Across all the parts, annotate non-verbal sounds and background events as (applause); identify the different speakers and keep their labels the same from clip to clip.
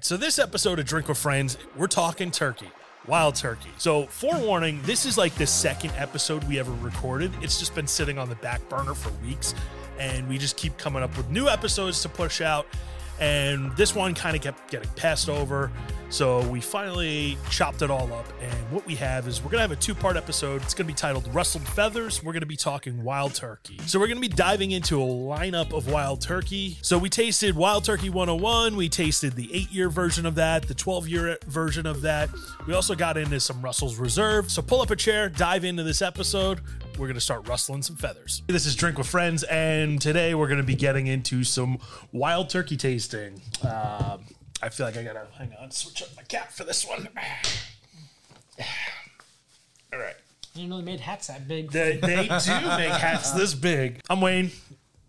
Speaker 1: So, this episode of Drink with Friends, we're talking turkey, wild turkey. So, forewarning, this is like the second episode we ever recorded. It's just been sitting on the back burner for weeks, and we just keep coming up with new episodes to push out. And this one kind of kept getting passed over. So, we finally chopped it all up. And what we have is we're going to have a two part episode. It's going to be titled Rustled Feathers. We're going to be talking wild turkey. So, we're going to be diving into a lineup of wild turkey. So, we tasted Wild Turkey 101. We tasted the eight year version of that, the 12 year version of that. We also got into some Russell's Reserve. So, pull up a chair, dive into this episode. We're going to start rustling some feathers. This is Drink with Friends. And today we're going to be getting into some wild turkey tasting. Um, I feel like I gotta hang on, switch up my cap for this one. (sighs) All right.
Speaker 2: I didn't know they made hats that big.
Speaker 1: They, they do make hats this big. I'm Wayne.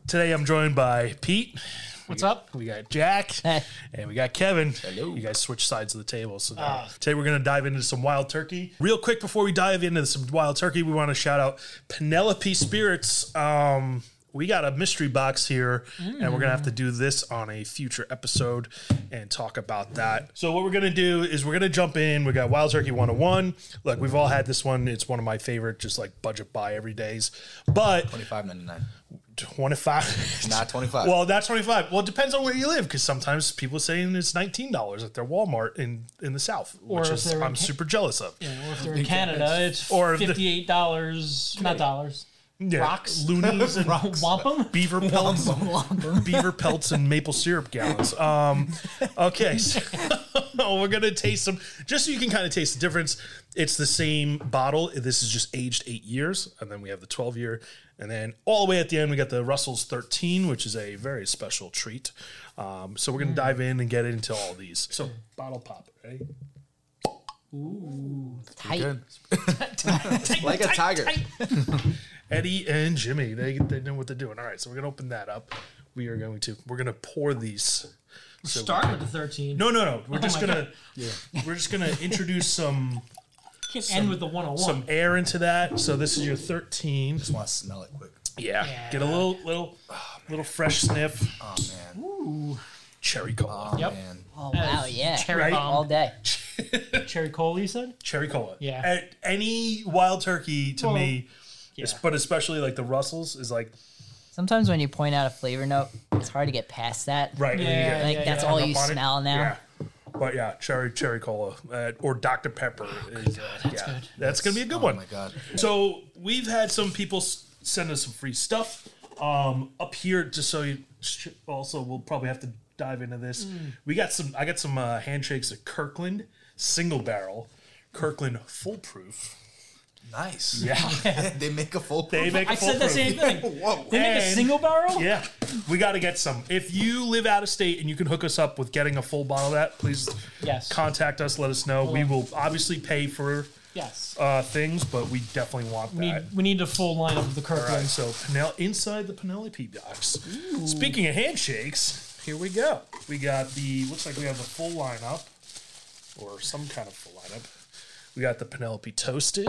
Speaker 1: Today I'm joined by Pete.
Speaker 2: What's up?
Speaker 1: We got Jack.
Speaker 2: Hey.
Speaker 1: And we got Kevin. Hello. You guys switched sides of the table. So now- today we're going to dive into some wild turkey. Real quick before we dive into some wild turkey, we want to shout out Penelope Spirits. Um, we got a mystery box here, and we're going to have to do this on a future episode and talk about that. So, what we're going to do is we're going to jump in. We got Wild Turkey 101. Look, we've all had this one. It's one of my favorite, just like budget buy every days. But
Speaker 3: Twenty-five ninety-nine.
Speaker 1: 25
Speaker 3: Not 25.
Speaker 1: well not 25 well it depends on where you live because sometimes people are saying it's $19 at their walmart in in the south
Speaker 2: Or
Speaker 1: which
Speaker 2: if
Speaker 1: is
Speaker 2: they're in
Speaker 1: i'm
Speaker 2: Ca-
Speaker 1: super jealous of
Speaker 2: Or if they're in Canada, it's
Speaker 1: Or if the-
Speaker 2: fifty-eight dollars, not dollars,
Speaker 1: Yeah,
Speaker 2: rocks? (laughs)
Speaker 1: loonies and
Speaker 2: wampum.
Speaker 1: beaver pelts beaver pelts and maple syrup gallons um okay so (laughs) we're gonna taste some just so you can kind of taste the difference it's the same bottle this is just aged eight years and then we have the 12 year and then all the way at the end we got the russell's 13 which is a very special treat um, so we're gonna dive in and get into all these so bottle pop ready
Speaker 3: Good. like a tiger.
Speaker 1: Eddie and Jimmy. They they know what they're doing. All right, so we're gonna open that up. We are going to we're gonna pour these. So
Speaker 2: Start with the thirteen.
Speaker 1: No, no, no. We're just
Speaker 2: Oh my
Speaker 1: gonna we're just gonna introduce
Speaker 2: (laughs)
Speaker 1: some
Speaker 2: You can end with the one hundred
Speaker 1: some
Speaker 2: one.
Speaker 1: air into that. So this is your thirteen.
Speaker 3: Just want to smell it quick.
Speaker 1: Yeah.
Speaker 2: Yeah.
Speaker 1: Get a little little little fresh sniff. Uh,
Speaker 3: Oh man.
Speaker 1: Cherry cola.
Speaker 3: Oh,
Speaker 2: Yep.
Speaker 3: man.
Speaker 4: Oh wow, yeah.
Speaker 2: Cherry
Speaker 1: Right?
Speaker 4: all
Speaker 2: bomb,
Speaker 4: day.
Speaker 2: cherry cola. You said
Speaker 1: Cherry cola.
Speaker 2: Yeah.
Speaker 1: A- any wild turkey to
Speaker 2: Well,
Speaker 1: me, is,
Speaker 2: yeah.
Speaker 1: but especially like the Russells is like
Speaker 4: Sometimes when you point out a flavor note, it's hard to get past that.
Speaker 1: right. and you
Speaker 2: Yeah,
Speaker 1: get-
Speaker 4: Like
Speaker 2: yeah,
Speaker 4: that's
Speaker 2: yeah.
Speaker 4: all
Speaker 1: hung
Speaker 4: you
Speaker 1: up on it.
Speaker 4: smell now.
Speaker 1: Yeah. But yeah, cherry cherry cola uh, or Dr Pepper is uh, yeah, that's gonna be a good
Speaker 3: Oh
Speaker 1: one.
Speaker 3: my god.
Speaker 1: So we've had some people s- send us some free stuff um, up here, just so you. sh- Also, we'll probably have to dive into this. We got some. I got some uh, handshakes at Kirkland single barrel, Kirkland foolproof.
Speaker 3: Nice.
Speaker 1: Yeah,
Speaker 3: (laughs) they make a full.
Speaker 1: they make.
Speaker 2: I said the
Speaker 1: foolproof.
Speaker 2: same thing.
Speaker 3: (laughs) Whoa.
Speaker 2: They make a
Speaker 1: And-
Speaker 2: single barrel.
Speaker 1: (laughs) Yeah, we got to get some. If you live out of state and you can hook us up with getting a full bottle of that, please
Speaker 2: Yes.
Speaker 1: contact us. Let us know. We will obviously pay for
Speaker 2: Yes.
Speaker 1: uh, things, but we definitely want that.
Speaker 2: We need, we need a full lineup of the
Speaker 1: All right,
Speaker 2: Kirkland.
Speaker 1: so Penel- inside the Penelope box. Speaking of handshakes, here we go. We got the looks like we have the full lineup, or some kind of full lineup. We got the Penelope toasted.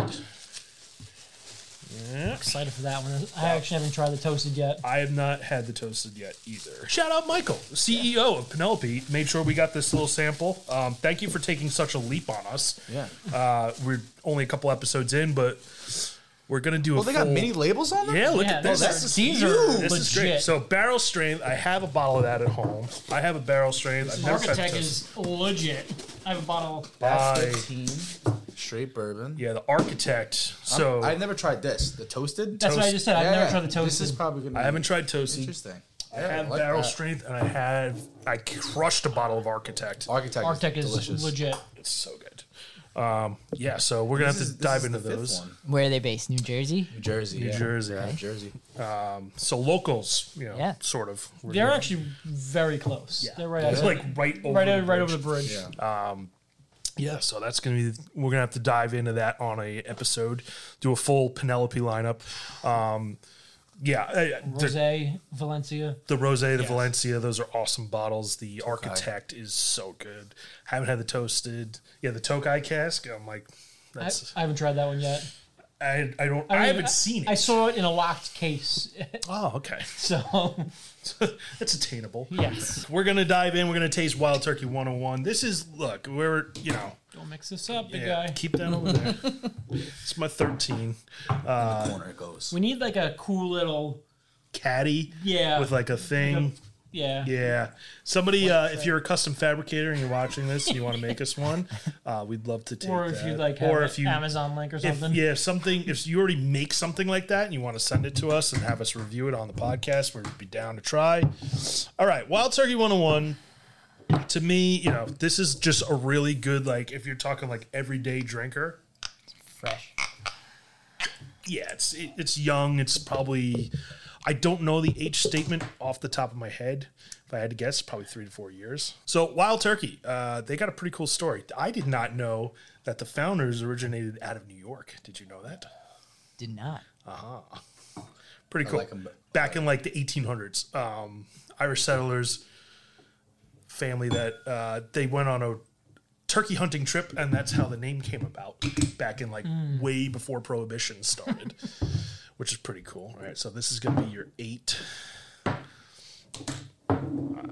Speaker 1: Yeah.
Speaker 2: Excited for that one. I actually haven't tried the toasted yet.
Speaker 1: I have not had the toasted yet either. Shout out Michael, CEO of Penelope, made sure we got this little sample. Um, thank you for taking such a leap on us.
Speaker 3: Yeah.
Speaker 1: Uh, we're only a couple episodes in, but we're gonna do
Speaker 3: Well,
Speaker 1: a.
Speaker 3: they got
Speaker 1: full-
Speaker 3: mini labels on them.
Speaker 1: Yeah, look
Speaker 2: Yeah,
Speaker 1: at this.
Speaker 2: those
Speaker 3: This
Speaker 2: are,
Speaker 3: is
Speaker 2: these
Speaker 3: huge.
Speaker 2: are
Speaker 1: This is great.
Speaker 2: legit.
Speaker 1: So barrel strain, I have a bottle of that at home. I have a barrel strain. I've never tried
Speaker 2: Architect
Speaker 1: to
Speaker 2: is legit. I have a bottle.
Speaker 3: That's
Speaker 1: buy.
Speaker 3: fifteen. Straight bourbon.
Speaker 1: Yeah, the architect. So
Speaker 3: I've never tried this. The toasted.
Speaker 2: That's what I
Speaker 1: Toast.
Speaker 2: just said. I've
Speaker 3: Yeah,
Speaker 2: never
Speaker 3: yeah.
Speaker 2: tried the
Speaker 3: This is
Speaker 2: toasted.
Speaker 3: probably gonna.
Speaker 1: I
Speaker 3: be
Speaker 1: haven't tried toasted.
Speaker 3: Interesting.
Speaker 1: I have
Speaker 3: like
Speaker 1: barrel
Speaker 3: that.
Speaker 1: strength, and I have I crushed a bottle of architect.
Speaker 3: Architect,
Speaker 2: Arctic
Speaker 3: is,
Speaker 2: is
Speaker 3: delicious.
Speaker 2: legit.
Speaker 1: It's so good. Um, yeah, so we're gonna
Speaker 3: This
Speaker 1: have
Speaker 3: is-
Speaker 1: to
Speaker 3: this
Speaker 1: dive
Speaker 3: is
Speaker 1: into
Speaker 3: the fifth
Speaker 1: those.
Speaker 3: one.
Speaker 4: Where are they based? New Jersey?
Speaker 3: New Jersey.
Speaker 1: New
Speaker 3: yeah.
Speaker 1: Jersey.
Speaker 3: New Jersey.
Speaker 1: So locals, you know,
Speaker 4: Yeah.
Speaker 1: sort of. We're
Speaker 2: They're
Speaker 1: doing-
Speaker 2: actually very close. They're right,
Speaker 1: it's
Speaker 2: outside-
Speaker 1: like right over
Speaker 2: right,
Speaker 1: the
Speaker 2: over, right
Speaker 1: bridge.
Speaker 2: over the bridge.
Speaker 3: Yeah.
Speaker 1: Yeah, so that's gonna be we're gonna have to dive into that on a episode, do a full Penelope lineup. Um, yeah, uh, the,
Speaker 2: Rosé, Valencia.
Speaker 1: the Rose, the Valencia, those are awesome bottles. The Architect is so good. Haven't had the toasted, yeah, the Tokai cask. I'm like,
Speaker 2: I,
Speaker 1: that's
Speaker 2: I haven't tried that one yet.
Speaker 1: I, I don't. I,
Speaker 2: mean,
Speaker 1: haven't seen it.
Speaker 2: I saw it in a locked case. (laughs)
Speaker 1: Oh, okay. (laughs)
Speaker 2: so,
Speaker 1: It's attainable.
Speaker 2: yes.
Speaker 1: We're gonna dive in. We're gonna taste Wild Turkey 101. This is look. We're you know
Speaker 2: Don't mix this up, big
Speaker 1: yeah,
Speaker 2: guy.
Speaker 1: keep that over
Speaker 2: (laughs)
Speaker 1: there. it's my 13 Uh,
Speaker 3: corner it goes.
Speaker 2: We need like a cool little.
Speaker 1: caddy
Speaker 2: Yeah.
Speaker 1: with like a thing.
Speaker 2: yeah.
Speaker 1: Yeah. Somebody, uh, if you're a custom fabricator and you're watching this and you want to make us
Speaker 2: (laughs)
Speaker 1: one, uh, we'd love to take
Speaker 2: Or if
Speaker 1: that.
Speaker 2: you like have
Speaker 1: or
Speaker 2: an
Speaker 1: if you,
Speaker 2: Amazon link or
Speaker 1: if,
Speaker 2: something.
Speaker 1: yeah, if something, if you already make something like that and you want to send it to us and have us review it on the podcast, we'd be down to try. All right. Wild Turkey 101. To me, you know, this is just a really good, like, if you're talking like everyday drinker,
Speaker 4: Fresh.
Speaker 1: yeah, it's it, it's young. It's probably I don't know the age statement off the top of my head. If I had to guess, probably three to four years. So Wild Turkey, uh, they got a pretty cool story. I did not know that the founders originated out of New York. Did you know that?
Speaker 4: Did not.
Speaker 1: Pretty cool.
Speaker 3: like 'em, but-
Speaker 1: Back in like the 1800s, um, Irish settlers family that uh, they went on a turkey hunting trip, and that's how the name came about. Back in like way before Prohibition started, (laughs) which is pretty cool. All right, so this is going to be your eight. All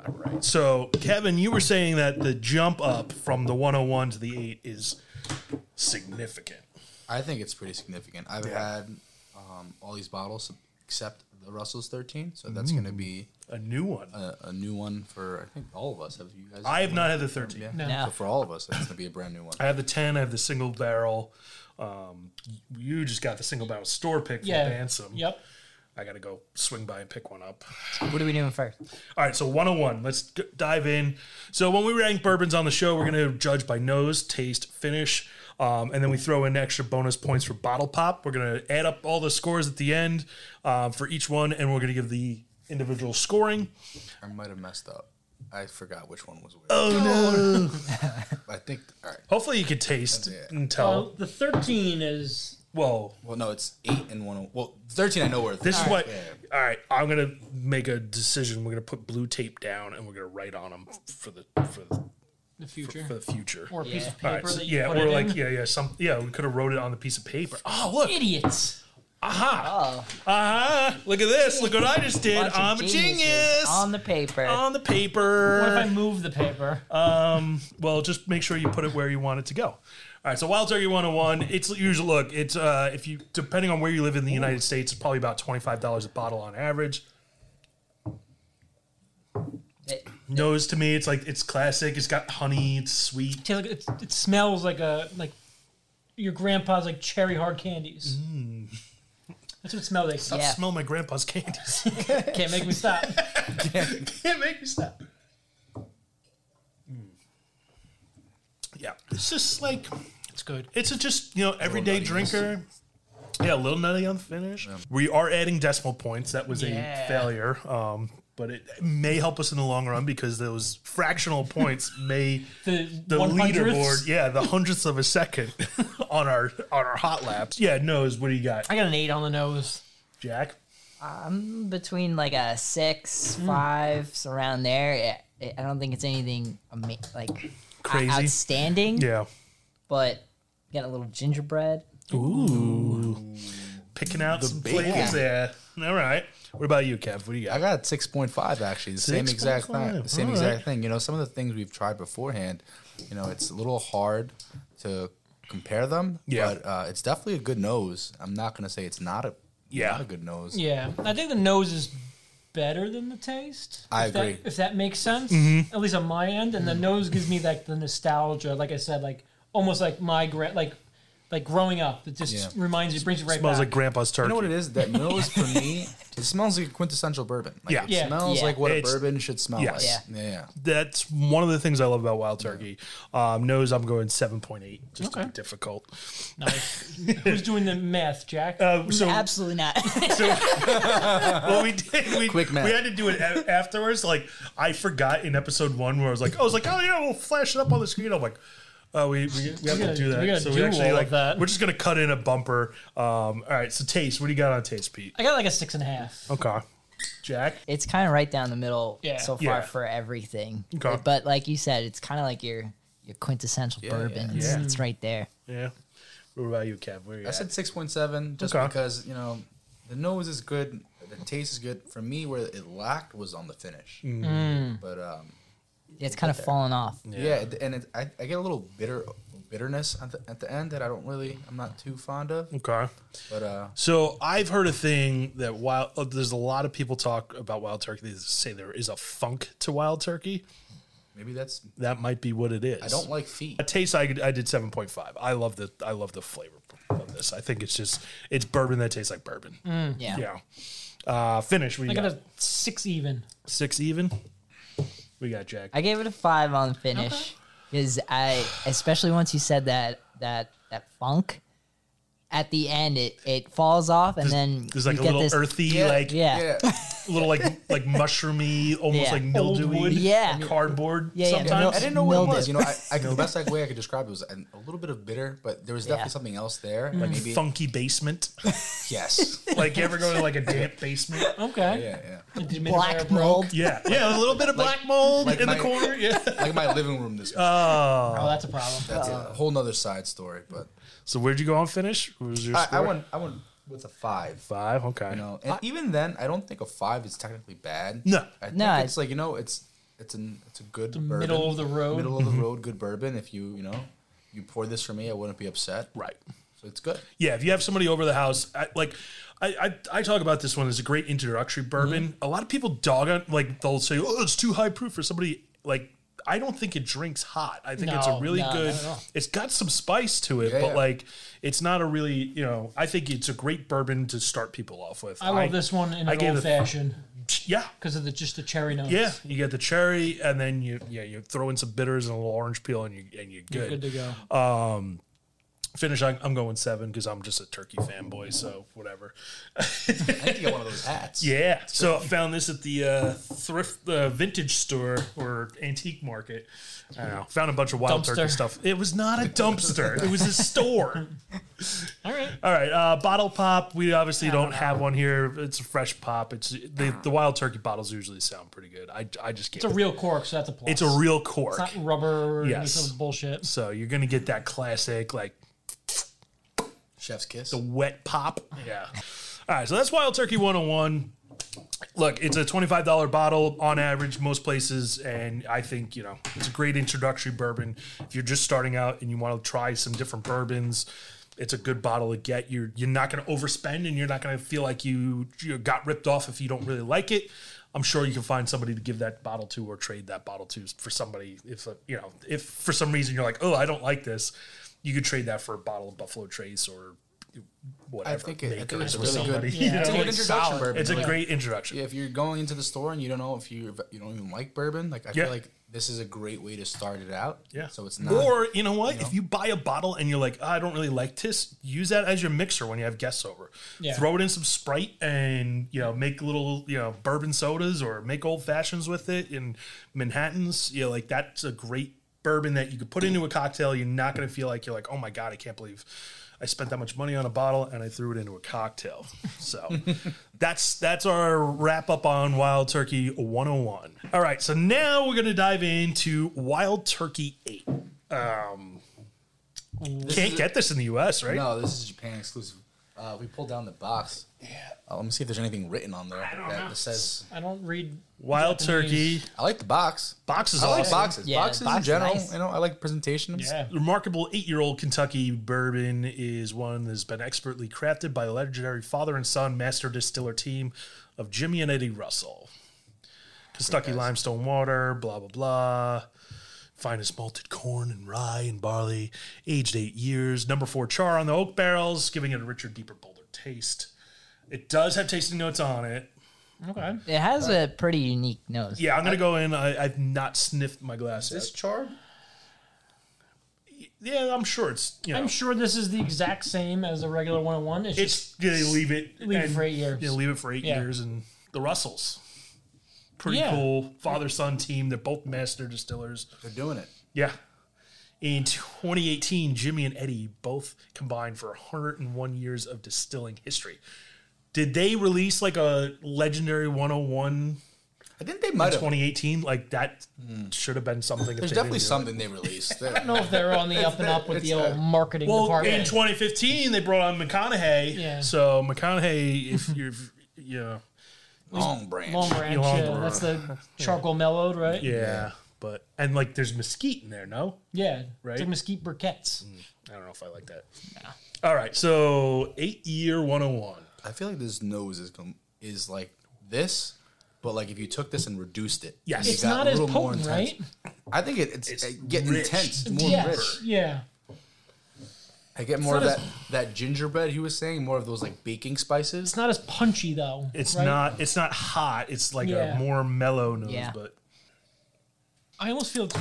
Speaker 1: right. So Kevin, you were saying that the jump up from the 101 to the eight is significant.
Speaker 3: I think it's pretty significant. I've
Speaker 1: Yeah.
Speaker 3: had um, all these bottles except the Russell's 13, so that's
Speaker 1: Mm.
Speaker 3: going to be
Speaker 1: A new one.
Speaker 3: a, a new one for I think all of us. Have you guys?
Speaker 1: I have not had the 13.
Speaker 3: Yeah.
Speaker 2: No.
Speaker 3: So for all of us, that's going to be a brand new one.
Speaker 1: I have the 10. I have the single barrel. Um, you just got the single barrel store pick from
Speaker 2: Yeah.
Speaker 1: Bansom.
Speaker 2: Yep.
Speaker 1: I got to go swing by and pick one up.
Speaker 4: What are we doing first?
Speaker 1: All right, so 101. Let's g- dive in. So when we rank bourbons on the show, we're going to judge by nose, taste, finish, um, and then we throw in extra bonus points for bottle pop. We're going to add up all the scores at the end um, for each one, and we're going to give the individual scoring.
Speaker 3: I might have messed up. I forgot which one was which.
Speaker 1: Oh no!
Speaker 3: I think. All right.
Speaker 1: Hopefully you could taste
Speaker 3: Yeah.
Speaker 1: and
Speaker 2: Well,
Speaker 1: tell.
Speaker 2: the 13 is.
Speaker 1: Well,
Speaker 3: Well, no, it's eight and one. oh, Well, 13. I know where.
Speaker 1: This is what.
Speaker 3: Yeah.
Speaker 1: All right, I'm gonna make a decision. We're gonna put blue tape down, and we're gonna write on them for the for the,
Speaker 2: The future.
Speaker 1: for the future.
Speaker 2: or a piece
Speaker 4: Yeah.
Speaker 2: of paper
Speaker 1: all right, so-
Speaker 2: that you
Speaker 1: yeah,
Speaker 2: put
Speaker 1: or
Speaker 2: it
Speaker 1: like
Speaker 2: in.
Speaker 1: yeah, yeah, some yeah. We could have wrote it on the piece of paper.
Speaker 2: (laughs)
Speaker 1: Oh look,
Speaker 2: Idiots.
Speaker 1: aha,
Speaker 4: Oh,
Speaker 1: aha! Ah, Look at this. Look what I just did.
Speaker 4: bunch of
Speaker 1: I'm a
Speaker 4: geniuses
Speaker 1: genius Oh.
Speaker 4: on the paper.
Speaker 1: on the
Speaker 2: What if
Speaker 1: paper.
Speaker 2: I move the paper? Uh,
Speaker 1: Well, just make sure you put it where you want it to go. All right, so Wild Turkey 101, it's usually look, it's uh if you depending on where you live in the United States, it's probably about $25 a bottle on average.
Speaker 4: It-
Speaker 1: Nose to me, it's like it's classic. It's got honey. It's sweet.
Speaker 2: Taylor, it, it smells like a like your grandpa's like cherry hard candies.
Speaker 1: Mm.
Speaker 2: That's what smell they smell.
Speaker 4: Yeah.
Speaker 1: Smell my grandpa's
Speaker 4: (laughs)
Speaker 1: candies.
Speaker 2: Can't make me stop.
Speaker 1: Can't make me stop. Mm. Yeah, it's just like
Speaker 2: (laughs) It's good.
Speaker 1: it's a just you know everyday
Speaker 3: nutty on the
Speaker 1: drinker. Yeah, a little nutty on the finish. We are adding decimal points. That was a
Speaker 4: Yeah.
Speaker 1: failure. Um, but it may help us in the long run because those fractional
Speaker 4: (laughs)
Speaker 1: points may
Speaker 2: The,
Speaker 1: the
Speaker 2: 100th
Speaker 1: leaderboard, yeah, the hundredths of a second (laughs) on our on our hot laps. Yeah, nose. What do you got,
Speaker 2: I got an eight on the nose.
Speaker 1: Jack?
Speaker 4: I'm between like a six,
Speaker 1: Mm.
Speaker 4: five, so around there. It, it, I don't think it's anything ama- like o-
Speaker 1: Crazy.
Speaker 4: outstanding,
Speaker 1: Yeah.
Speaker 4: but got a little gingerbread.
Speaker 1: Ooh. Picking out some
Speaker 3: bacon.
Speaker 1: flavors there. All right. What about you, Kev? What do you
Speaker 3: I
Speaker 1: got?
Speaker 3: got six point five actually. The same exact thing.
Speaker 1: 6.5,
Speaker 3: The same
Speaker 1: all
Speaker 3: exact
Speaker 1: right.
Speaker 3: thing. You know, some of the things we've tried beforehand. You know, it's a little hard to compare them.
Speaker 1: Yeah.
Speaker 3: But uh, it's definitely a good nose. I'm not gonna say it's not a.
Speaker 1: Yeah.
Speaker 3: Not a good nose.
Speaker 2: Yeah, I think the nose is better than the taste.
Speaker 3: I
Speaker 2: if that-
Speaker 3: agree.
Speaker 2: if that makes sense,
Speaker 1: Mm-hmm.
Speaker 2: at least on my end, and the nose gives me like the nostalgia. Like I said, like almost like my gra- like like growing up. It just
Speaker 3: Yeah.
Speaker 2: reminds you, brings you right
Speaker 1: Smells
Speaker 2: back.
Speaker 1: like grandpa's turkey.
Speaker 3: You know what it is?
Speaker 1: (laughs)
Speaker 3: That nose for me, it smells like a quintessential bourbon. Like,
Speaker 1: Yeah.
Speaker 3: It
Speaker 2: Yeah.
Speaker 3: smells
Speaker 4: Yeah.
Speaker 3: like what
Speaker 1: It's-
Speaker 3: a bourbon should smell
Speaker 1: Yes.
Speaker 3: like.
Speaker 4: Yeah.
Speaker 3: Yeah.
Speaker 1: That's one of the things I love about Wild Turkey. Um, nose, I'm going 7.8, just to be
Speaker 2: Okay.
Speaker 1: difficult.
Speaker 2: nice. Who's doing the math, Jack?
Speaker 1: Uh, so,
Speaker 4: Absolutely not. (laughs)
Speaker 1: so (laughs) well, we did. We,
Speaker 3: Quick math.
Speaker 1: we had to do it a- afterwards. Like, I forgot in episode one where I was like, I was like, oh, yeah, we'll flash it up on the screen. I'm like, oh, we, we, we have to
Speaker 2: gotta-
Speaker 1: do
Speaker 2: we
Speaker 1: that.
Speaker 2: gotta
Speaker 1: so we
Speaker 2: do
Speaker 1: actually,
Speaker 2: all of
Speaker 1: like,
Speaker 2: that.
Speaker 1: we're just going to cut in a bumper. Um, all right. So, taste, what do you got on taste, Pete?
Speaker 2: I got like a six and a half.
Speaker 1: Okay. Jack?
Speaker 4: it's kind of right down the middle
Speaker 2: Yeah.
Speaker 4: so far
Speaker 1: Yeah.
Speaker 4: for everything.
Speaker 1: Okay.
Speaker 4: But like you said, it's kind of like your your quintessential
Speaker 3: Yeah,
Speaker 4: bourbon.
Speaker 1: yeah.
Speaker 4: It's, it's right there.
Speaker 1: Yeah. What about you, Kev? Where are you
Speaker 3: I
Speaker 1: at?
Speaker 3: said six point seven just
Speaker 1: Okay.
Speaker 3: because you know the nose is good, the taste is good. For me, where it lacked was on the finish.
Speaker 1: Mm.
Speaker 4: Mm.
Speaker 3: But um,
Speaker 4: It's kind of fallen off.
Speaker 3: yeah, it- and it, I, I get a little bitter bitterness at the, at the end that I don't really I'm not too fond of.
Speaker 1: okay.
Speaker 3: But uh,
Speaker 1: So I've heard a thing that wild. uh, There's a lot of people talk about wild turkey. They say there is a funk to wild turkey.
Speaker 3: maybe that's
Speaker 1: That might be what it is.
Speaker 3: I don't like feet.
Speaker 1: a taste. I, I did seven point five. I love the I love the flavor of this. I think it's just it's bourbon that tastes like bourbon.
Speaker 3: Mm-hmm.
Speaker 4: Yeah.
Speaker 1: Yeah. Uh, finish. We
Speaker 2: I
Speaker 1: got
Speaker 2: got a six even.
Speaker 1: six even. We got Jack.
Speaker 4: I gave it a five on finish because I, especially once you said that that that funk at the end, it it falls off and then
Speaker 1: There's like
Speaker 4: you
Speaker 1: a
Speaker 4: get
Speaker 1: little
Speaker 4: this,
Speaker 1: earthy,
Speaker 3: Yeah.
Speaker 1: like
Speaker 4: Yeah. yeah. (laughs)
Speaker 1: little like like mushroomy, almost
Speaker 4: Yeah.
Speaker 1: like
Speaker 2: Old
Speaker 1: mildewy,
Speaker 2: wood.
Speaker 4: Yeah.
Speaker 1: cardboard.
Speaker 4: Yeah, yeah,
Speaker 1: sometimes.
Speaker 3: I didn't know what it
Speaker 4: Milled
Speaker 3: was.
Speaker 4: it.
Speaker 3: You know, I, I, the best like, way I could describe it was an, a little bit of bitter, but there was definitely
Speaker 4: Yeah.
Speaker 3: something else there. Like maybe
Speaker 1: Funky basement.
Speaker 3: yes,
Speaker 1: like you ever go to like (laughs) a damp basement?
Speaker 2: Okay.
Speaker 3: yeah, yeah.
Speaker 2: Did you make a pair
Speaker 4: Black
Speaker 2: of brogue?
Speaker 4: mold.
Speaker 1: Yeah, yeah, a little bit of black mold
Speaker 3: like
Speaker 1: in
Speaker 3: my-
Speaker 1: the corner. Yeah.
Speaker 3: Like my living room. This
Speaker 2: Oh, that's a problem.
Speaker 3: that's a whole nother side story, but
Speaker 1: So where'd you go on finish? What was your
Speaker 3: I, I
Speaker 1: score?
Speaker 3: went I went with a five.
Speaker 1: five. Okay.
Speaker 3: You know, and even then, I don't think a five is technically bad.
Speaker 1: No.
Speaker 3: I think
Speaker 4: No,
Speaker 3: it's like you know, it's it's an it's a good bourbon,
Speaker 2: middle of the road.
Speaker 3: middle of
Speaker 1: Mm-hmm.
Speaker 3: the road, good bourbon. If you you know, you pour this for me, I wouldn't be upset.
Speaker 1: Right.
Speaker 3: So it's good.
Speaker 1: Yeah, if you have somebody over the house, I, like I, I I talk about this one as a great introductory bourbon. A lot of people dog on like they'll say, "Oh, it's too high proof for somebody." Like I don't think it drinks hot. I think it's a
Speaker 2: No,
Speaker 1: really
Speaker 2: no, not
Speaker 1: good.
Speaker 2: at all.
Speaker 1: It's got some spice to it,
Speaker 3: Yeah,
Speaker 1: but
Speaker 3: yeah.
Speaker 1: like it's not a really you know. I think it's a great bourbon to start people off with.
Speaker 2: I love this one in
Speaker 1: I
Speaker 2: an
Speaker 1: gave
Speaker 2: old
Speaker 1: it-
Speaker 2: fashioned
Speaker 1: Yeah,
Speaker 2: because of the just the cherry notes.
Speaker 1: Yeah, you get the cherry, and then you yeah you throw in some bitters and a little orange peel, and you and you're good.
Speaker 2: Good to go.
Speaker 1: Uh, Finish. I, I'm going seven because I'm just a turkey fanboy, so whatever.
Speaker 3: I need to get one of those hats.
Speaker 1: Yeah. So I found this at the uh, thrift, uh, vintage store or antique market. I don't know. Found a bunch of wild turkey
Speaker 2: Dumpster.
Speaker 1: stuff. It was not a dumpster. it was a store.
Speaker 2: All right.
Speaker 1: All right, uh, bottle pop. We obviously don't have one here. It's a fresh pop. It's the, the wild turkey bottles usually sound pretty good. I, I just
Speaker 2: It's a
Speaker 1: can't.
Speaker 2: real cork, so that's a plus.
Speaker 1: It's a real cork.
Speaker 2: It's not rubber or any
Speaker 1: Yes.
Speaker 2: sort of bullshit.
Speaker 1: So you're gonna get that classic like
Speaker 3: Chef's kiss.
Speaker 1: wet pop. Yeah. All right, so that's Wild Turkey 101. Look, it's a $25 bottle on average most places and I think, you know, it's a great introductory bourbon. If you're just starting out and you want to try some different bourbons, it's a good bottle to get. You're you're not going to overspend and you're not going to feel like you, you got ripped off if you don't really like it. I'm sure you can find somebody to give that bottle to or trade that bottle to for somebody if uh, you know, if for some reason you're like, "Oh, I don't like this." You could trade that for a bottle of Buffalo Trace or whatever.
Speaker 3: I think, it, I think
Speaker 1: makers
Speaker 3: it's
Speaker 1: or
Speaker 3: really
Speaker 1: somebody, (laughs)
Speaker 3: good.
Speaker 1: you know,
Speaker 3: It's a good
Speaker 1: like,
Speaker 3: introduction
Speaker 2: solid.
Speaker 3: bourbon.
Speaker 1: it's a
Speaker 3: Like,
Speaker 1: great introduction.
Speaker 3: yeah, if you're going into the store and you don't know if you you don't even like bourbon, like I
Speaker 1: Yeah.
Speaker 3: feel like this is a great way to start it out.
Speaker 1: Yeah.
Speaker 3: So it's not.
Speaker 1: Or you know what? If you buy a bottle and you're like, "Ah, I don't really like this, use that as your mixer when you have guests over.
Speaker 2: Yeah.
Speaker 1: Throw it in some Sprite and you know make little you know bourbon sodas or make old fashions with it in Manhattan's. You know, like that's a great bourbon that you could put into a cocktail. You're not going to feel like you're like, oh my god, I can't believe. I spent that much money on a bottle and I threw it into a cocktail. So (laughs) that's that's our wrap up on Wild Turkey 101. All right, so now we're going to dive into Wild Turkey 8.
Speaker 3: This
Speaker 1: Can't
Speaker 3: is-
Speaker 1: get this in the U.S., right?
Speaker 3: No, this is Japan exclusive. Uh, we pulled down the box. Yeah. let me see if there's anything written on there that says.
Speaker 2: I don't read.
Speaker 1: Wild
Speaker 2: Japanese.
Speaker 1: Turkey
Speaker 3: I like the box.
Speaker 1: boxes.
Speaker 3: I like
Speaker 1: awesome.
Speaker 3: boxes.
Speaker 4: Yeah,
Speaker 3: boxes
Speaker 4: box
Speaker 3: in
Speaker 4: is
Speaker 3: general.
Speaker 4: nice.
Speaker 3: You know, I like presentations.
Speaker 2: Yeah.
Speaker 1: remarkable eight-year-old Kentucky bourbon is one that's been expertly crafted by a legendary father and son master distiller team of Jimmy and Eddie Russell. Kentucky limestone water, blah blah blah. Finest malted corn and rye and barley, aged eight years. Number four char on the oak barrels, giving it a richer, deeper, bolder taste. It does have tasting notes on it.
Speaker 2: Okay.
Speaker 4: It has a pretty unique nose.
Speaker 1: Yeah, I'm gonna go in. I, I've not sniffed my glass.
Speaker 3: Is this
Speaker 1: Yet.
Speaker 3: charred?
Speaker 1: Yeah, I'm sure it's. You know,
Speaker 2: I'm sure this is the exact same as a regular 101. It's, just
Speaker 1: It's yeah, they leave it
Speaker 2: leave it
Speaker 1: and-
Speaker 2: for eight years.
Speaker 1: Yeah, leave it for eight
Speaker 2: Yeah.
Speaker 1: years and the Russells. Pretty
Speaker 2: Yeah.
Speaker 1: cool father son team. They're both master distillers.
Speaker 3: They're doing it.
Speaker 1: Yeah. In 2018, Jimmy and Eddie both combined for 101 years of oh distilling history. Did they release like a legendary 101?
Speaker 3: I think they might have. Hmm.
Speaker 1: 2018, like that should have been something. if
Speaker 3: There's
Speaker 1: they didn't
Speaker 3: definitely
Speaker 1: do it.
Speaker 3: something
Speaker 2: (laughs)
Speaker 3: they released. I
Speaker 2: don't know if they're on the up and up with the old marketing
Speaker 1: Well, in
Speaker 2: department.
Speaker 1: 2015, they brought on McConaughey.
Speaker 2: Yeah.
Speaker 1: So McConaughey,
Speaker 2: (laughs)
Speaker 1: if you're, yeah,
Speaker 3: Long branch.
Speaker 2: Long Branch,
Speaker 1: Long
Speaker 2: yeah,
Speaker 1: Branch. (laughs)
Speaker 2: that's the charcoal mellowed, right?
Speaker 1: yeah, but and like there's mesquite in there, no?
Speaker 2: yeah.
Speaker 1: Right.
Speaker 2: It's like mesquite briquettes.
Speaker 1: I don't know if I like that. All right, so eight year 101.
Speaker 3: I feel like this nose is gom- is like this, but like if you took this and reduced it,
Speaker 1: Yes.
Speaker 3: and you
Speaker 2: It's
Speaker 3: got
Speaker 2: not
Speaker 3: a
Speaker 2: as
Speaker 3: little more
Speaker 2: potent,
Speaker 3: intense.
Speaker 2: right?
Speaker 3: I think it, it's,
Speaker 1: It's
Speaker 3: I get
Speaker 1: rich.
Speaker 3: intense, it's more
Speaker 2: yeah,
Speaker 3: rich.
Speaker 2: yeah.
Speaker 3: I get more of
Speaker 2: not
Speaker 3: that that gingerbread he was saying, more of those like baking spices.
Speaker 2: It's not as punchy though.
Speaker 1: It's
Speaker 2: right?
Speaker 1: not. It's not hot. It's like
Speaker 2: Yeah.
Speaker 1: a more mellow nose,
Speaker 4: Yeah.
Speaker 1: but
Speaker 2: I almost feel it's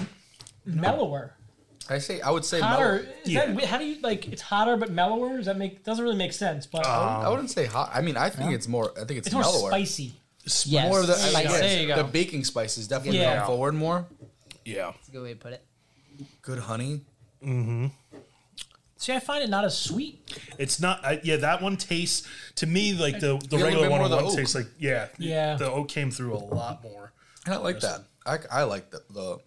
Speaker 2: mellower.
Speaker 3: I say I would say
Speaker 2: Hotter.
Speaker 3: mellow.
Speaker 2: Is
Speaker 1: Yeah.
Speaker 2: that, how do you like? It's hotter but mellower. Does that make? Doesn't really make sense, but
Speaker 1: Um,
Speaker 3: I wouldn't say hot. I mean, I think it's more. I think it's,
Speaker 2: it's more
Speaker 3: Uh, mellower.
Speaker 2: spicy.
Speaker 4: Yes.
Speaker 3: More of the
Speaker 4: Spice.
Speaker 3: yeah,
Speaker 2: There you go.
Speaker 3: the baking spices definitely
Speaker 2: Yeah.
Speaker 3: come forward more.
Speaker 1: yeah,
Speaker 4: That's a good way to put it.
Speaker 3: Good honey.
Speaker 2: See, I find it not as sweet.
Speaker 1: it's not. I, yeah, that one tastes to me like the the
Speaker 3: a
Speaker 1: regular
Speaker 3: bit more of the
Speaker 1: 101
Speaker 3: oak.
Speaker 1: tastes like yeah,
Speaker 2: Yeah.
Speaker 1: The oak came through a lot more.
Speaker 3: And I like that. I, I like the the,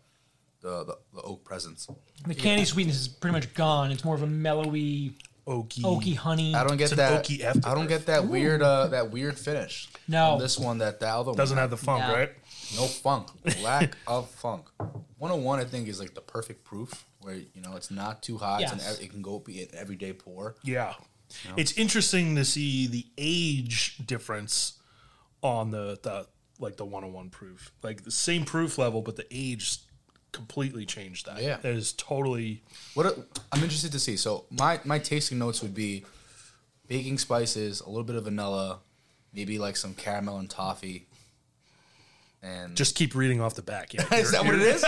Speaker 3: the the the oak presence.
Speaker 2: The candy sweetness is pretty much gone. It's more of a mellowy,
Speaker 1: Oaky,
Speaker 2: oaky honey.
Speaker 3: Mm. I don't get
Speaker 1: It's an
Speaker 3: that.
Speaker 1: oaky
Speaker 3: I don't
Speaker 1: aftertaste.
Speaker 3: get that weird uh, that weird finish.
Speaker 2: No.
Speaker 3: on this one that the other
Speaker 1: doesn't
Speaker 3: one
Speaker 1: have the funk,
Speaker 4: Yeah.
Speaker 1: right?
Speaker 3: no funk, lack of funk. 101, I think, is like the perfect proof where you know it's not too hot and
Speaker 2: Yes.
Speaker 3: it can go be an everyday pour.
Speaker 1: Yeah. It's interesting to see the age difference on the, the like the 101 proof. Like the same proof level, but the age completely changed that.
Speaker 3: Yeah.
Speaker 1: That is totally
Speaker 3: What i I'm interested to see. So my my tasting notes would be baking spices, a little bit of vanilla, maybe like some caramel and toffee, and
Speaker 1: just keep reading off the back. Yeah.
Speaker 3: (laughs) is that what it is?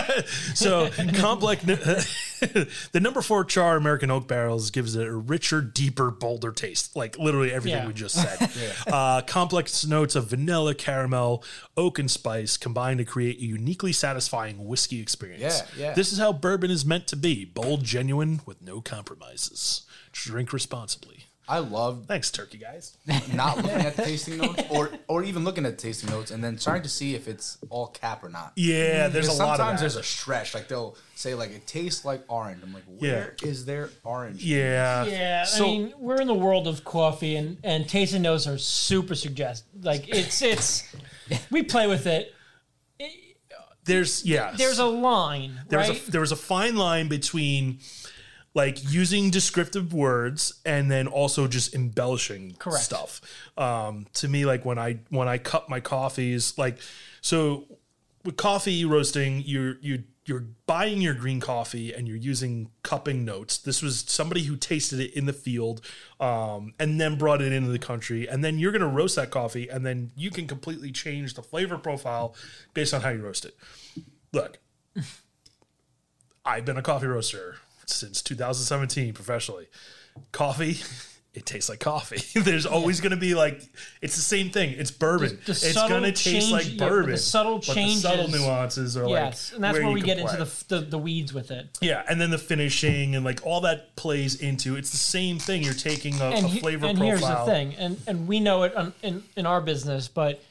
Speaker 1: So complex (laughs) the number four char American oak barrels gives it a richer, deeper, bolder taste. Like literally everything
Speaker 2: (laughs) Yeah.
Speaker 1: we just said. uh, complex notes of vanilla, caramel, oak, and spice combine to create a uniquely satisfying whiskey experience.
Speaker 3: Yeah, yeah.
Speaker 1: This is how bourbon is meant to be: bold, genuine, with no compromises. Drink responsibly.
Speaker 3: I love
Speaker 1: Thanks, Turkey
Speaker 2: (laughs)
Speaker 1: guys.
Speaker 3: not looking at the tasting notes or or even looking at the tasting notes and then trying to see if it's all cap or not.
Speaker 1: Yeah, there's a
Speaker 3: Because
Speaker 1: lot of
Speaker 3: sometimes
Speaker 1: that.
Speaker 3: there's a stretch. Like they'll say like it tastes like orange. I'm like, where is there orange?
Speaker 1: yeah,
Speaker 2: Yeah,
Speaker 1: So
Speaker 2: I mean, we're in the world of coffee, and and tasting notes are super suggest. Like it's
Speaker 3: (laughs)
Speaker 2: it's, we play with it.
Speaker 1: there's yeah.
Speaker 2: There's a line,
Speaker 1: there
Speaker 2: right?
Speaker 1: was a there was a fine line between like using descriptive words and then also just embellishing
Speaker 2: Correct.
Speaker 1: stuff. Um, to me, like when I when I cup my coffees, like so with coffee roasting, you're you you're buying your green coffee and you're using cupping notes. This was somebody who tasted it in the field, um, and then brought it into the country, and then you're gonna roast that coffee, and then you can completely change the flavor profile based on how you roast it. Look, I've been a coffee roaster since 2017 professionally. Coffee, (laughs) it tastes like coffee. (laughs) There's always going to be like it's the same thing. It's bourbon.
Speaker 2: The- the
Speaker 1: it's
Speaker 2: subtle
Speaker 1: going to taste
Speaker 2: change-
Speaker 1: like
Speaker 2: yeah, but the
Speaker 1: bourbon.
Speaker 2: subtle
Speaker 1: but the subtle
Speaker 2: changes-
Speaker 1: nuances are like
Speaker 2: yes, and that's where,
Speaker 1: you
Speaker 2: we
Speaker 1: can
Speaker 2: get
Speaker 1: play.
Speaker 2: into the, f- the the weeds with it.
Speaker 1: yeah, and then the finishing and like all that plays into. It's the same thing. You're taking a, a
Speaker 2: he-
Speaker 1: flavor
Speaker 2: and
Speaker 1: profile.
Speaker 2: here's the thing, and and we know it on, in in our business, but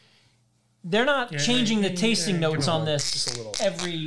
Speaker 2: they're not changing the tasting notes on this every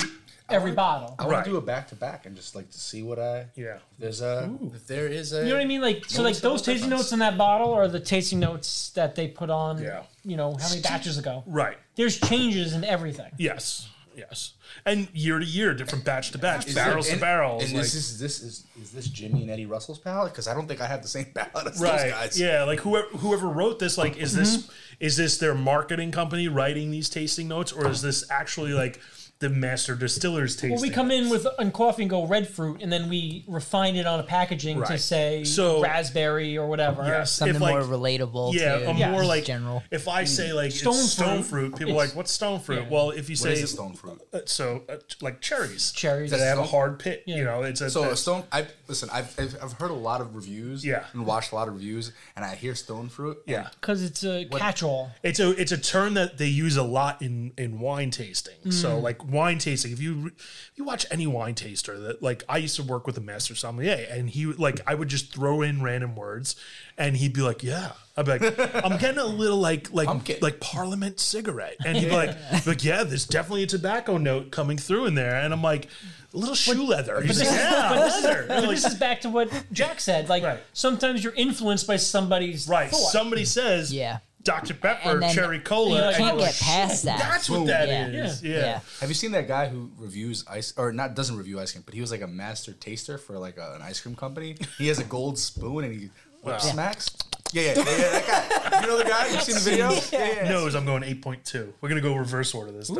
Speaker 2: every bottle.
Speaker 3: I want
Speaker 1: Right.
Speaker 3: to do a back to back and just like to see what I
Speaker 1: Yeah.
Speaker 3: if there's a if there is a
Speaker 2: You know what I mean? Like so, like
Speaker 3: Notice the
Speaker 2: those tasting
Speaker 3: difference.
Speaker 2: notes in that bottle are the tasting notes that they put on.
Speaker 1: Yeah.
Speaker 2: You know how many batches ago?
Speaker 1: Right.
Speaker 2: There's changes in everything.
Speaker 1: Yes. Yes. And year to year, different batch to batch,
Speaker 3: Is
Speaker 1: barrels
Speaker 3: it-
Speaker 1: to
Speaker 3: and-
Speaker 1: barrels.
Speaker 3: And
Speaker 1: like-
Speaker 3: this is this is is this Jimmy and Eddie Russell's palette? Because I don't think I have the same palette as those guys. Mm-hmm.
Speaker 1: Yeah, like whoever whoever wrote this, like is this is this their marketing company writing these tasting notes, or is this actually like the master distiller's tasting?
Speaker 2: Well, we come in with on coffee and go red fruit, and then we refine it on a packaging to
Speaker 1: Right.
Speaker 2: say
Speaker 1: So-
Speaker 2: raspberry or whatever.
Speaker 1: yes,
Speaker 4: Something
Speaker 1: if like
Speaker 4: more relatable.
Speaker 1: yeah,
Speaker 4: to
Speaker 1: a
Speaker 2: Yeah. Mm.
Speaker 1: more
Speaker 4: just
Speaker 1: like
Speaker 4: general.
Speaker 1: If I say like stone,
Speaker 2: Stone
Speaker 1: it's stone fruit,
Speaker 2: fruit,
Speaker 1: people are
Speaker 2: it's-
Speaker 1: like what's stone fruit?
Speaker 2: yeah.
Speaker 1: Well, if you
Speaker 3: What
Speaker 1: say
Speaker 3: is a stone fruit?
Speaker 1: uh, so, uh, like cherries,
Speaker 2: Cherries.
Speaker 1: that have a
Speaker 3: Stone-
Speaker 1: hard pit, you know, it's a,
Speaker 3: So
Speaker 1: that-
Speaker 3: a stone. I listen. I've, I've I've heard a lot of reviews.
Speaker 1: Yeah.
Speaker 3: And watched a lot of reviews, and I hear stone fruit. and
Speaker 1: yeah.
Speaker 2: Because it's a catch-all.
Speaker 1: It's a it's a term that they use a lot in in wine tasting. So like wine tasting. If you if you watch any wine taster that like I used to work with a master sommelier, and he like I would just throw in random words, and he'd be like, "Yeah," I'd be like, "I'm getting a little like
Speaker 3: I'm
Speaker 1: like
Speaker 3: getting-
Speaker 1: like Parliament cigarette," and he'd be like, "Like yeah, there's definitely a tobacco note coming through in there," and I'm like, "Little shoe leather." He's like, "Yeah, leather."
Speaker 2: But
Speaker 1: Like,
Speaker 2: this is back to what Jack said. Like
Speaker 1: Right.
Speaker 2: sometimes you're influenced by somebody's
Speaker 1: right,
Speaker 2: thought.
Speaker 1: somebody says,
Speaker 4: Yeah.
Speaker 1: Dr Pepper,
Speaker 4: And then-
Speaker 1: cherry cola."
Speaker 2: you
Speaker 1: and
Speaker 2: can't
Speaker 1: you're like,
Speaker 4: get
Speaker 1: (laughs)
Speaker 4: past
Speaker 1: "Shit,
Speaker 4: that."
Speaker 1: That's what
Speaker 3: Boom.
Speaker 1: that
Speaker 4: Yeah.
Speaker 1: is.
Speaker 2: Yeah.
Speaker 1: Yeah.
Speaker 4: yeah.
Speaker 3: Have you seen that guy who reviews ice or not doesn't review ice cream, but he was like a master taster for like a, an ice cream company. He has a gold spoon and he whip
Speaker 1: Wow.
Speaker 3: smacks. Yeah, yeah, yeah, yeah, that guy. You know the guy? You
Speaker 1: (laughs)
Speaker 3: seen the video? Yeah, yeah.
Speaker 1: knows I'm going 8.2. We're gonna go reverse order this time.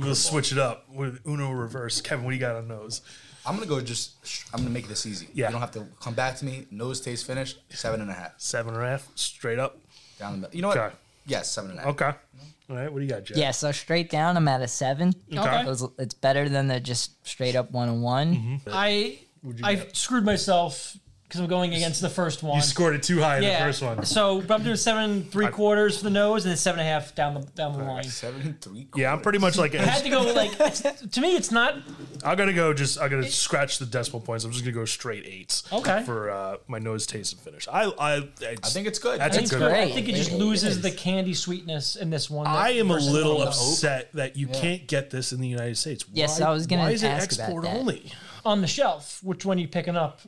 Speaker 1: we'll switch it up with Uno reverse. Kevin, what do you got on nose?
Speaker 3: I'm gonna go just. I'm gonna make this easy.
Speaker 1: Yeah.
Speaker 3: You don't have to come back to me. Nose taste finish. Seven and a half
Speaker 1: Seven and a half, straight up.
Speaker 3: down the middle. You know what?
Speaker 1: Okay.
Speaker 3: Yes, seven and a half.
Speaker 1: Okay.
Speaker 3: Mm-hmm.
Speaker 1: All right. What do you got, Jeff?
Speaker 4: Yeah, so straight down, I'm at a seven.
Speaker 1: Okay. Mm-hmm.
Speaker 4: It was- it's better than the just straight up one and one.
Speaker 2: I I screwed myself because I'm going against the first one.
Speaker 1: You scored it too high in
Speaker 2: yeah.
Speaker 1: the first one.
Speaker 2: So but I'm doing seven three quarters for the nose and then seven and a half down the down the line.
Speaker 3: Seven and three. Quarters.
Speaker 1: Yeah, I'm pretty much like
Speaker 2: I had to go like (laughs) it's- to me it's not
Speaker 1: I'm gonna go just I'm gonna scratch the decimal points. I'm just gonna go straight eights.
Speaker 2: Okay.
Speaker 1: For uh, my nose taste and finish. I I
Speaker 3: I think it's good.
Speaker 1: That's
Speaker 2: I
Speaker 1: a
Speaker 2: think, it's
Speaker 1: good.
Speaker 2: good. I
Speaker 4: one.
Speaker 2: think it just
Speaker 4: It
Speaker 2: loses
Speaker 4: is.
Speaker 2: the candy sweetness in this one. that-
Speaker 1: I am a
Speaker 2: versus
Speaker 1: little
Speaker 2: the one
Speaker 1: upset that you can't get this in the United States.
Speaker 4: Yes,
Speaker 1: Why-
Speaker 4: I was gonna
Speaker 1: Why is it
Speaker 4: ask about
Speaker 1: export
Speaker 4: that.
Speaker 1: only?
Speaker 2: on the shelf. Which one are you picking up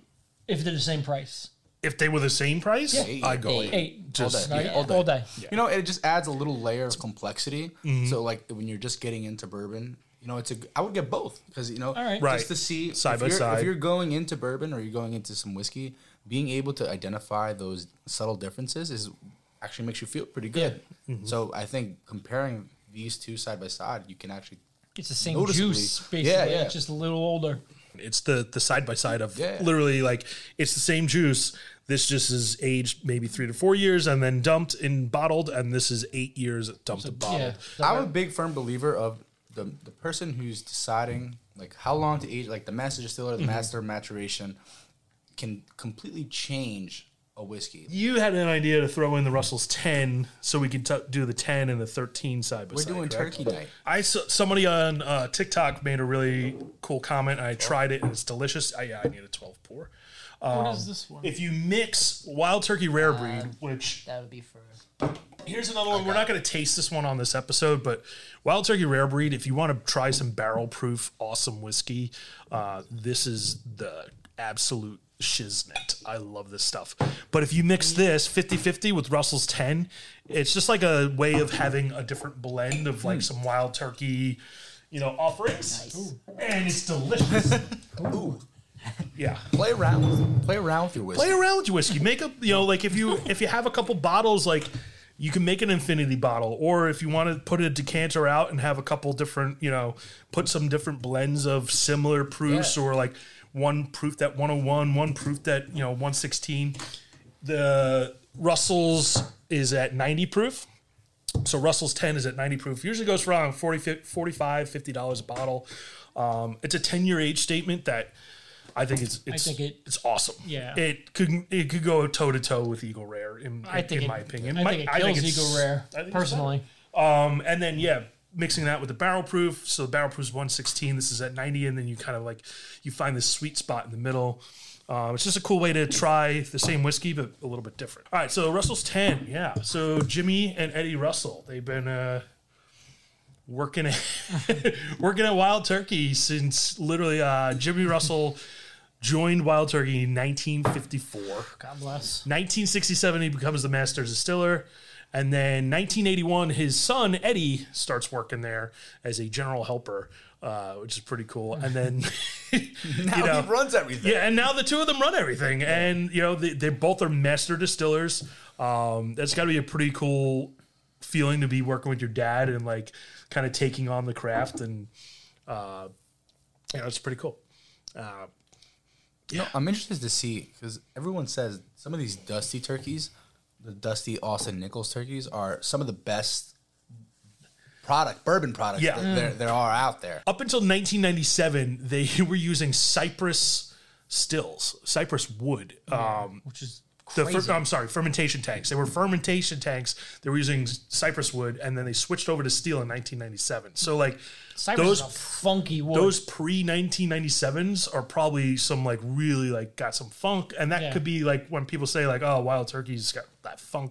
Speaker 2: if they're the same price?
Speaker 1: If they were the same price,
Speaker 3: Yeah.
Speaker 1: I go
Speaker 4: Eight.
Speaker 2: Eight.
Speaker 1: Just-
Speaker 2: right?
Speaker 4: yeah.
Speaker 2: all day.
Speaker 3: You know, it just adds a little layer of complexity.
Speaker 1: Mm-hmm.
Speaker 3: So like when you're just getting into bourbon, you know, it's a. I would get both because you know,
Speaker 2: right.
Speaker 1: Right.
Speaker 3: just to see
Speaker 1: Side
Speaker 3: if
Speaker 1: by
Speaker 3: you're,
Speaker 1: side.
Speaker 3: If you're going into bourbon or you're going into some whiskey, being able to identify those subtle differences is actually makes you feel pretty good.
Speaker 1: Mm-hmm.
Speaker 3: So I think comparing these two side by side, you can actually.
Speaker 2: It's the same
Speaker 3: Noticeably.
Speaker 2: juice, basically.
Speaker 3: Yeah, yeah.
Speaker 2: It's just a little older.
Speaker 1: It's the the side by side of
Speaker 3: Yeah.
Speaker 1: literally like it's the same juice. This just is aged maybe three to four years and then dumped and bottled, and this is eight years dumped and bottled.
Speaker 2: Yeah.
Speaker 3: I'm a big firm believer of the the person who's deciding like how long to age, like the master distiller, the master maturation, can completely change a whiskey.
Speaker 1: You had an idea to throw in the Russell's ten, so we could t- do the ten and the thirteen side by
Speaker 3: We're
Speaker 1: side.
Speaker 3: doing
Speaker 1: correct?
Speaker 3: turkey night.
Speaker 1: I saw somebody on uh, TikTok made a really cool comment. I tried it and it's delicious. I, yeah, I need a twelve pour. Um,
Speaker 2: what is this one?
Speaker 1: If you mix wild turkey
Speaker 3: Uh,
Speaker 1: rare breed, which
Speaker 4: That would be for
Speaker 1: Here's another one. We're not going to taste this one on this episode, but Wild Turkey Rare Breed. If you want to try some barrel proof, awesome whiskey, uh, this is the absolute shiznit. I love this stuff. But if you mix this 50 50 with Russell's 10, it's just like a way of having a different blend of like some wild turkey, you know, offerings. Ooh. And it's delicious.
Speaker 3: Ooh,
Speaker 1: yeah.
Speaker 3: play around, with- play around with your whiskey.
Speaker 1: Play around with your whiskey. Make up, you know, like if you if you have a couple bottles, like you can make an infinity bottle, or if you want to put a decanter out and have a couple different, you know, put some different blends of similar proofs, or like one proof that 101, one proof that you know 116. The Russell's is at 90 proof. So Russell's 10 is at 90 proof. Usually goes for around 40, fif- 45, 50 dollars a bottle. Um, it's a 10 year age statement that I think it's it's,
Speaker 2: think it-
Speaker 1: it's awesome.
Speaker 2: Yeah.
Speaker 1: It could it could go toe to toe with Eagle Rare in,
Speaker 2: I
Speaker 1: in
Speaker 2: think it-
Speaker 1: my opinion.
Speaker 2: I
Speaker 1: My-
Speaker 2: think it kills
Speaker 1: it's-
Speaker 2: Eagle Rare,
Speaker 1: I think it's
Speaker 2: personally.
Speaker 1: um, and then yeah, mixing that with the barrel proof. So the barrel proof is 116. This is at 90, and then you kind of like you find this sweet spot in the middle. Um, it's just a cool way to try the same whiskey, but a little bit different. All right, so Russell's 10, yeah. So Jimmy and Eddie Russell, they've been uh, working at, (laughs) working at Wild Turkey since literally uh, Jimmy Russell joined Wild Turkey in 1954.
Speaker 2: God bless.
Speaker 1: 1967 he becomes the master distiller and then 1981 his son eddie starts working there as a general helper uh, which is pretty cool and then (laughs) you
Speaker 3: Now
Speaker 1: know
Speaker 3: he runs everything.
Speaker 1: yeah and now the two of them run everything and you know they, they both are master distillers um, that's got to be a pretty cool feeling to be working with your dad and like kind of taking on the craft and uh, you know it's pretty cool
Speaker 3: No, I'm interested to see because everyone says some of these dusty turkeys, the dusty Austin Nichols turkeys, are some of the best product bourbon products
Speaker 1: Yeah.
Speaker 3: that there, there are out there.
Speaker 1: up until 1997 (laughs) they were using cypress stills cypress wood um,
Speaker 2: Which is
Speaker 1: the fer-
Speaker 4: crazy.
Speaker 1: I'm sorry, fermentation tanks. They were fermentation tanks. They were using cypress wood, and then they switched over to steel in 1997. So like
Speaker 2: Cypress
Speaker 1: those
Speaker 2: is a funky wood.
Speaker 1: those pre 1997s are probably some like really like got some funk, and that
Speaker 2: Yeah.
Speaker 1: could be like when people say like, oh, wild turkey's got that funk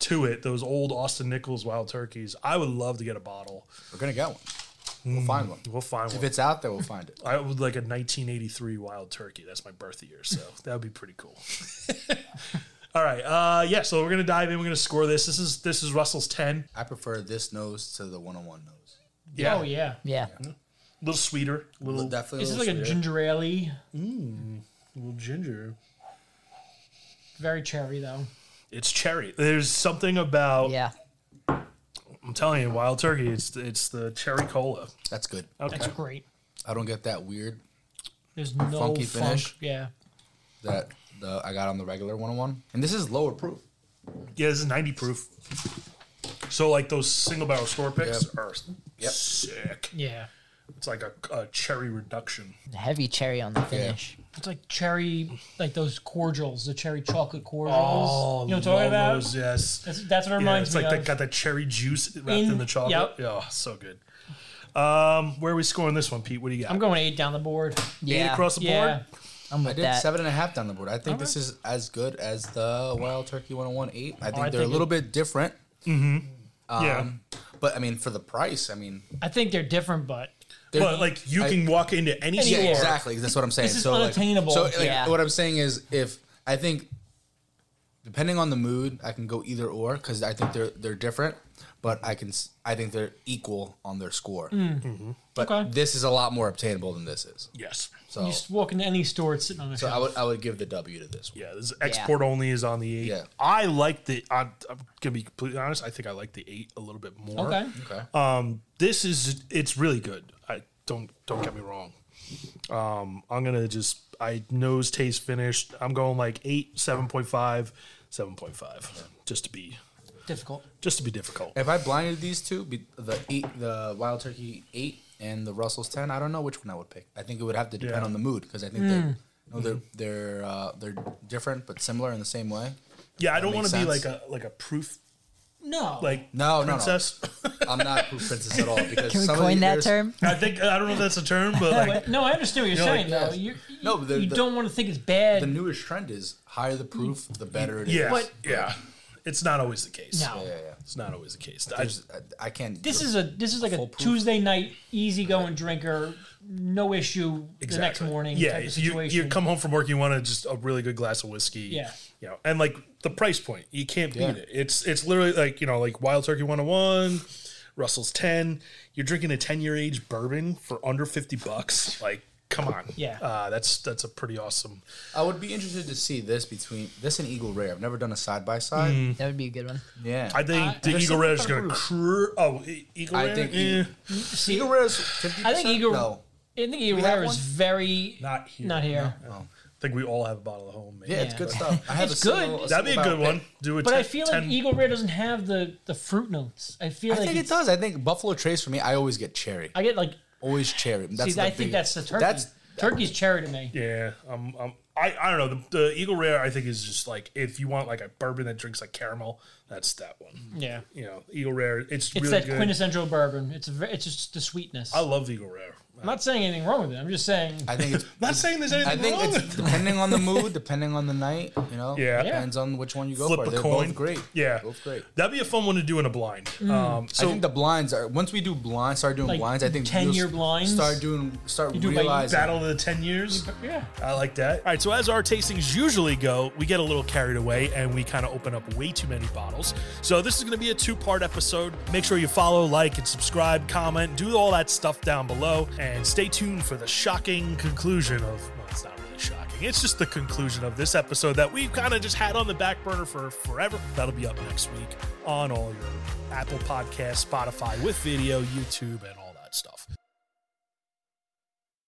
Speaker 1: to it. Those old Austin Nichols wild turkeys. I would love to get a bottle.
Speaker 3: We're gonna get one. We'll find one.
Speaker 1: Mm. We'll find
Speaker 3: If
Speaker 1: one.
Speaker 3: it's out there, we'll find it.
Speaker 1: I would like a 1983 wild turkey. That's my birth year,
Speaker 3: (laughs)
Speaker 1: so that would be pretty cool. All right, uh, yeah. So we're gonna dive in. We're gonna score this. This is this is Russell's ten.
Speaker 3: I prefer this nose to the 101 nose.
Speaker 1: Yeah,
Speaker 2: Oh yeah.
Speaker 4: Yeah.
Speaker 1: a little sweeter, a little,
Speaker 3: Definitely.
Speaker 2: This is like
Speaker 3: little
Speaker 2: a
Speaker 3: sweeter.
Speaker 2: ginger ale.
Speaker 1: little ginger.
Speaker 2: Very cherry though.
Speaker 1: It's cherry. There's something about
Speaker 4: Yeah.
Speaker 1: I'm telling you, wild turkey. It's it's the cherry cola.
Speaker 3: That's good.
Speaker 2: That's great.
Speaker 3: I don't get that weird
Speaker 2: There's no
Speaker 3: Funky
Speaker 2: funk.
Speaker 3: finish.
Speaker 2: Yeah.
Speaker 3: that the I got on the regular 101. And this is lower proof.
Speaker 1: Yeah, this is 90 proof. So like those single barrel score picks
Speaker 3: Yep.
Speaker 1: are
Speaker 3: Yep.
Speaker 1: sick.
Speaker 2: Yeah.
Speaker 1: It's like a, a cherry reduction.
Speaker 4: Heavy cherry on the finish.
Speaker 2: It's like cherry, like those cordials, the cherry chocolate cordials.
Speaker 1: Oh,
Speaker 2: you know what I'm talking about?
Speaker 1: those, Yes.
Speaker 2: That's, that's what it
Speaker 1: Yeah,
Speaker 2: reminds
Speaker 1: it's like
Speaker 2: me
Speaker 1: they
Speaker 2: of.
Speaker 1: got the cherry juice wrapped in,
Speaker 2: In-
Speaker 1: the chocolate.
Speaker 2: yep.
Speaker 1: Yeah, oh, so good. Um, where are we scoring this one, Pete? What do you got?
Speaker 2: I'm going eight down the board.
Speaker 1: Eight
Speaker 4: Yeah.
Speaker 1: across the
Speaker 2: Yeah.
Speaker 1: board.
Speaker 4: I'm
Speaker 3: I
Speaker 4: with
Speaker 3: did
Speaker 4: that.
Speaker 3: seven and a half down the board. I think this is as good as the Wild Turkey 101 8. I think
Speaker 2: Oh, I
Speaker 3: they're
Speaker 2: think
Speaker 3: a little bit different.
Speaker 1: yeah,
Speaker 3: But I mean, for the price, I mean,
Speaker 2: I think they're different, but
Speaker 3: they're-
Speaker 1: but like you
Speaker 3: I-
Speaker 1: can walk into any
Speaker 2: Any
Speaker 1: store.
Speaker 2: store.
Speaker 3: Yeah, exactly. That's what I'm saying.
Speaker 2: This is
Speaker 3: so like-
Speaker 2: unattainable.
Speaker 3: so like,
Speaker 4: Yeah.
Speaker 3: what I'm saying is, if I think, depending on the mood, I can go either or because I think they're they're different, but I can s- I think they're equal on their score. But
Speaker 2: Mm. Mm-hmm. Okay.
Speaker 3: this is a lot more obtainable than this is.
Speaker 1: Yes.
Speaker 3: So
Speaker 2: you just walk into any store, it's sitting on the
Speaker 3: so
Speaker 2: shelf.
Speaker 3: I would I would give the W to this one.
Speaker 1: Yeah, this export only is on the eight.
Speaker 3: Yeah.
Speaker 1: I like the. I'm, I'm gonna be completely honest. I think I like the eight a little bit more.
Speaker 2: okay.
Speaker 3: Okay.
Speaker 1: this is it's really good. I don't don't get me wrong. Um, I'm gonna just I nose taste finished. I'm going like eight, 7.5, 7.5, just to be
Speaker 2: Difficult.
Speaker 1: just to be difficult.
Speaker 3: if I blinded these two, be, the eight, the Wild Turkey eight and the Russell's ten, I don't know which one I would pick. I think it would have to depend
Speaker 1: Yeah.
Speaker 3: on the mood because I think
Speaker 2: Mm.
Speaker 3: they're. No, they're they're uh, they're different but similar in the same way.
Speaker 1: Yeah, I don't want
Speaker 3: makes
Speaker 1: to be like
Speaker 3: sense.
Speaker 1: a like a proof
Speaker 2: No.
Speaker 1: like
Speaker 3: No, no, no.
Speaker 1: princess.
Speaker 3: I'm not proof princess (laughs) at all because
Speaker 4: Can we
Speaker 3: some of
Speaker 4: coin
Speaker 3: the-
Speaker 4: that
Speaker 3: there's-
Speaker 4: term?
Speaker 1: I think I don't know if that's a term, but like
Speaker 2: no, I understand what you're
Speaker 1: know,
Speaker 2: saying
Speaker 3: like,
Speaker 2: though.
Speaker 3: yes.
Speaker 2: You,
Speaker 3: No, but the-
Speaker 2: you
Speaker 3: the-
Speaker 2: don't want to think it's bad.
Speaker 3: The newest trend is higher the proof, the better it is.
Speaker 1: yeah,
Speaker 2: But-
Speaker 1: yeah. It's not always the case.
Speaker 2: no.
Speaker 3: yeah, yeah.
Speaker 1: It's not always the case. I,
Speaker 3: There's, I, I can't.
Speaker 2: This is a this is like a
Speaker 3: Foolproof.
Speaker 2: Tuesday night easy going drinker, no issue the next
Speaker 1: Exactly.
Speaker 2: morning
Speaker 1: Yeah,
Speaker 2: type of
Speaker 1: you,
Speaker 2: situation.
Speaker 1: you come home from work, you want to just a really good glass of whiskey.
Speaker 2: Yeah.
Speaker 1: you know, and like the price point, you can't beat
Speaker 3: Yeah.
Speaker 1: it. It's it's literally like you know, like Wild Turkey One Hundred One, Russell's Ten. You're drinking a ten year age bourbon for under fifty bucks. Like, come on,
Speaker 2: Yeah.
Speaker 1: uh, that's that's a pretty awesome.
Speaker 3: I would be interested to see this between this and Eagle Rare. I've never done a side by side.
Speaker 4: That would be a good one.
Speaker 3: Yeah,
Speaker 1: I think
Speaker 2: I-
Speaker 1: the
Speaker 2: there's
Speaker 1: Eagle Rare is
Speaker 2: something
Speaker 1: going to. Cr- oh, E- Eagle
Speaker 3: I
Speaker 1: Rare.
Speaker 3: think
Speaker 1: Eh,
Speaker 3: Eagle- Eagle Rare is fifty.
Speaker 2: I think Eagle-
Speaker 3: No,
Speaker 2: I think Eagle
Speaker 3: We have
Speaker 2: Rare is
Speaker 3: one?
Speaker 2: very
Speaker 1: not here.
Speaker 2: not here.
Speaker 1: I think we all have a bottle at home. Maybe.
Speaker 3: yeah, it's
Speaker 2: Yeah.
Speaker 3: good stuff. I have
Speaker 2: It's
Speaker 3: a single-
Speaker 2: good.
Speaker 1: that'd be a
Speaker 3: single
Speaker 1: good
Speaker 3: barrel
Speaker 1: one. Do a
Speaker 2: But
Speaker 1: ten,
Speaker 2: I feel like
Speaker 1: 10
Speaker 2: Eagle Rare doesn't have the the fruit notes. I feel
Speaker 3: pick. I
Speaker 2: like
Speaker 3: think it
Speaker 2: it's-
Speaker 3: does. I think Buffalo Trace for me. I always get cherry.
Speaker 2: I get like
Speaker 3: Always cherry. That's
Speaker 2: see,
Speaker 3: the
Speaker 2: I think
Speaker 3: big-
Speaker 2: that's the turkey.
Speaker 3: That's
Speaker 2: Turkey's cherry to me.
Speaker 1: Yeah, um, um, I, I don't know. The, the Eagle Rare, I think, is just like if you want like a bourbon that drinks like caramel, that's that one.
Speaker 2: Yeah.
Speaker 1: You know, Eagle Rare, it's,
Speaker 2: It's
Speaker 1: really
Speaker 2: that
Speaker 1: good.
Speaker 2: quintessential bourbon. It's a, ve- it's just the sweetness.
Speaker 1: I
Speaker 2: I'm
Speaker 1: love Eagle Rare. I'm
Speaker 2: not saying anything wrong with it. I'm just saying
Speaker 3: I think it's.
Speaker 1: not saying there's
Speaker 3: I
Speaker 1: anything
Speaker 3: think
Speaker 1: wrong
Speaker 3: it's
Speaker 1: with
Speaker 3: depending on the mood, depending on the night. You know,
Speaker 1: Yeah.
Speaker 3: depends on which one you go
Speaker 1: Flip
Speaker 3: for.
Speaker 1: a
Speaker 3: They're
Speaker 1: coin.
Speaker 3: both great.
Speaker 1: Yeah,
Speaker 3: both great.
Speaker 1: that'd be a fun one to do in a blind. Um,
Speaker 3: I
Speaker 1: so
Speaker 3: think the blinds are once we do blinds, start doing
Speaker 2: Like,
Speaker 3: blinds. I think
Speaker 2: 10-year
Speaker 3: you'll s-
Speaker 2: blinds?
Speaker 3: Start doing, start
Speaker 2: do by
Speaker 3: realizing.
Speaker 1: battle of the ten years.
Speaker 2: yeah.
Speaker 1: I like that. All right, so as our tastings usually go, we get a little carried away and we kind of open up way too many bottles. So this is going to be a two-part episode. Make sure you follow, like, and subscribe, comment, do all that stuff down below, and stay tuned for the shocking conclusion of. Well, it's not really shocking. It's just the conclusion of this episode that we've kind of just had on the back burner for forever. That'll be up next week on all your Apple Podcasts, Spotify, with video, YouTube, and all that stuff.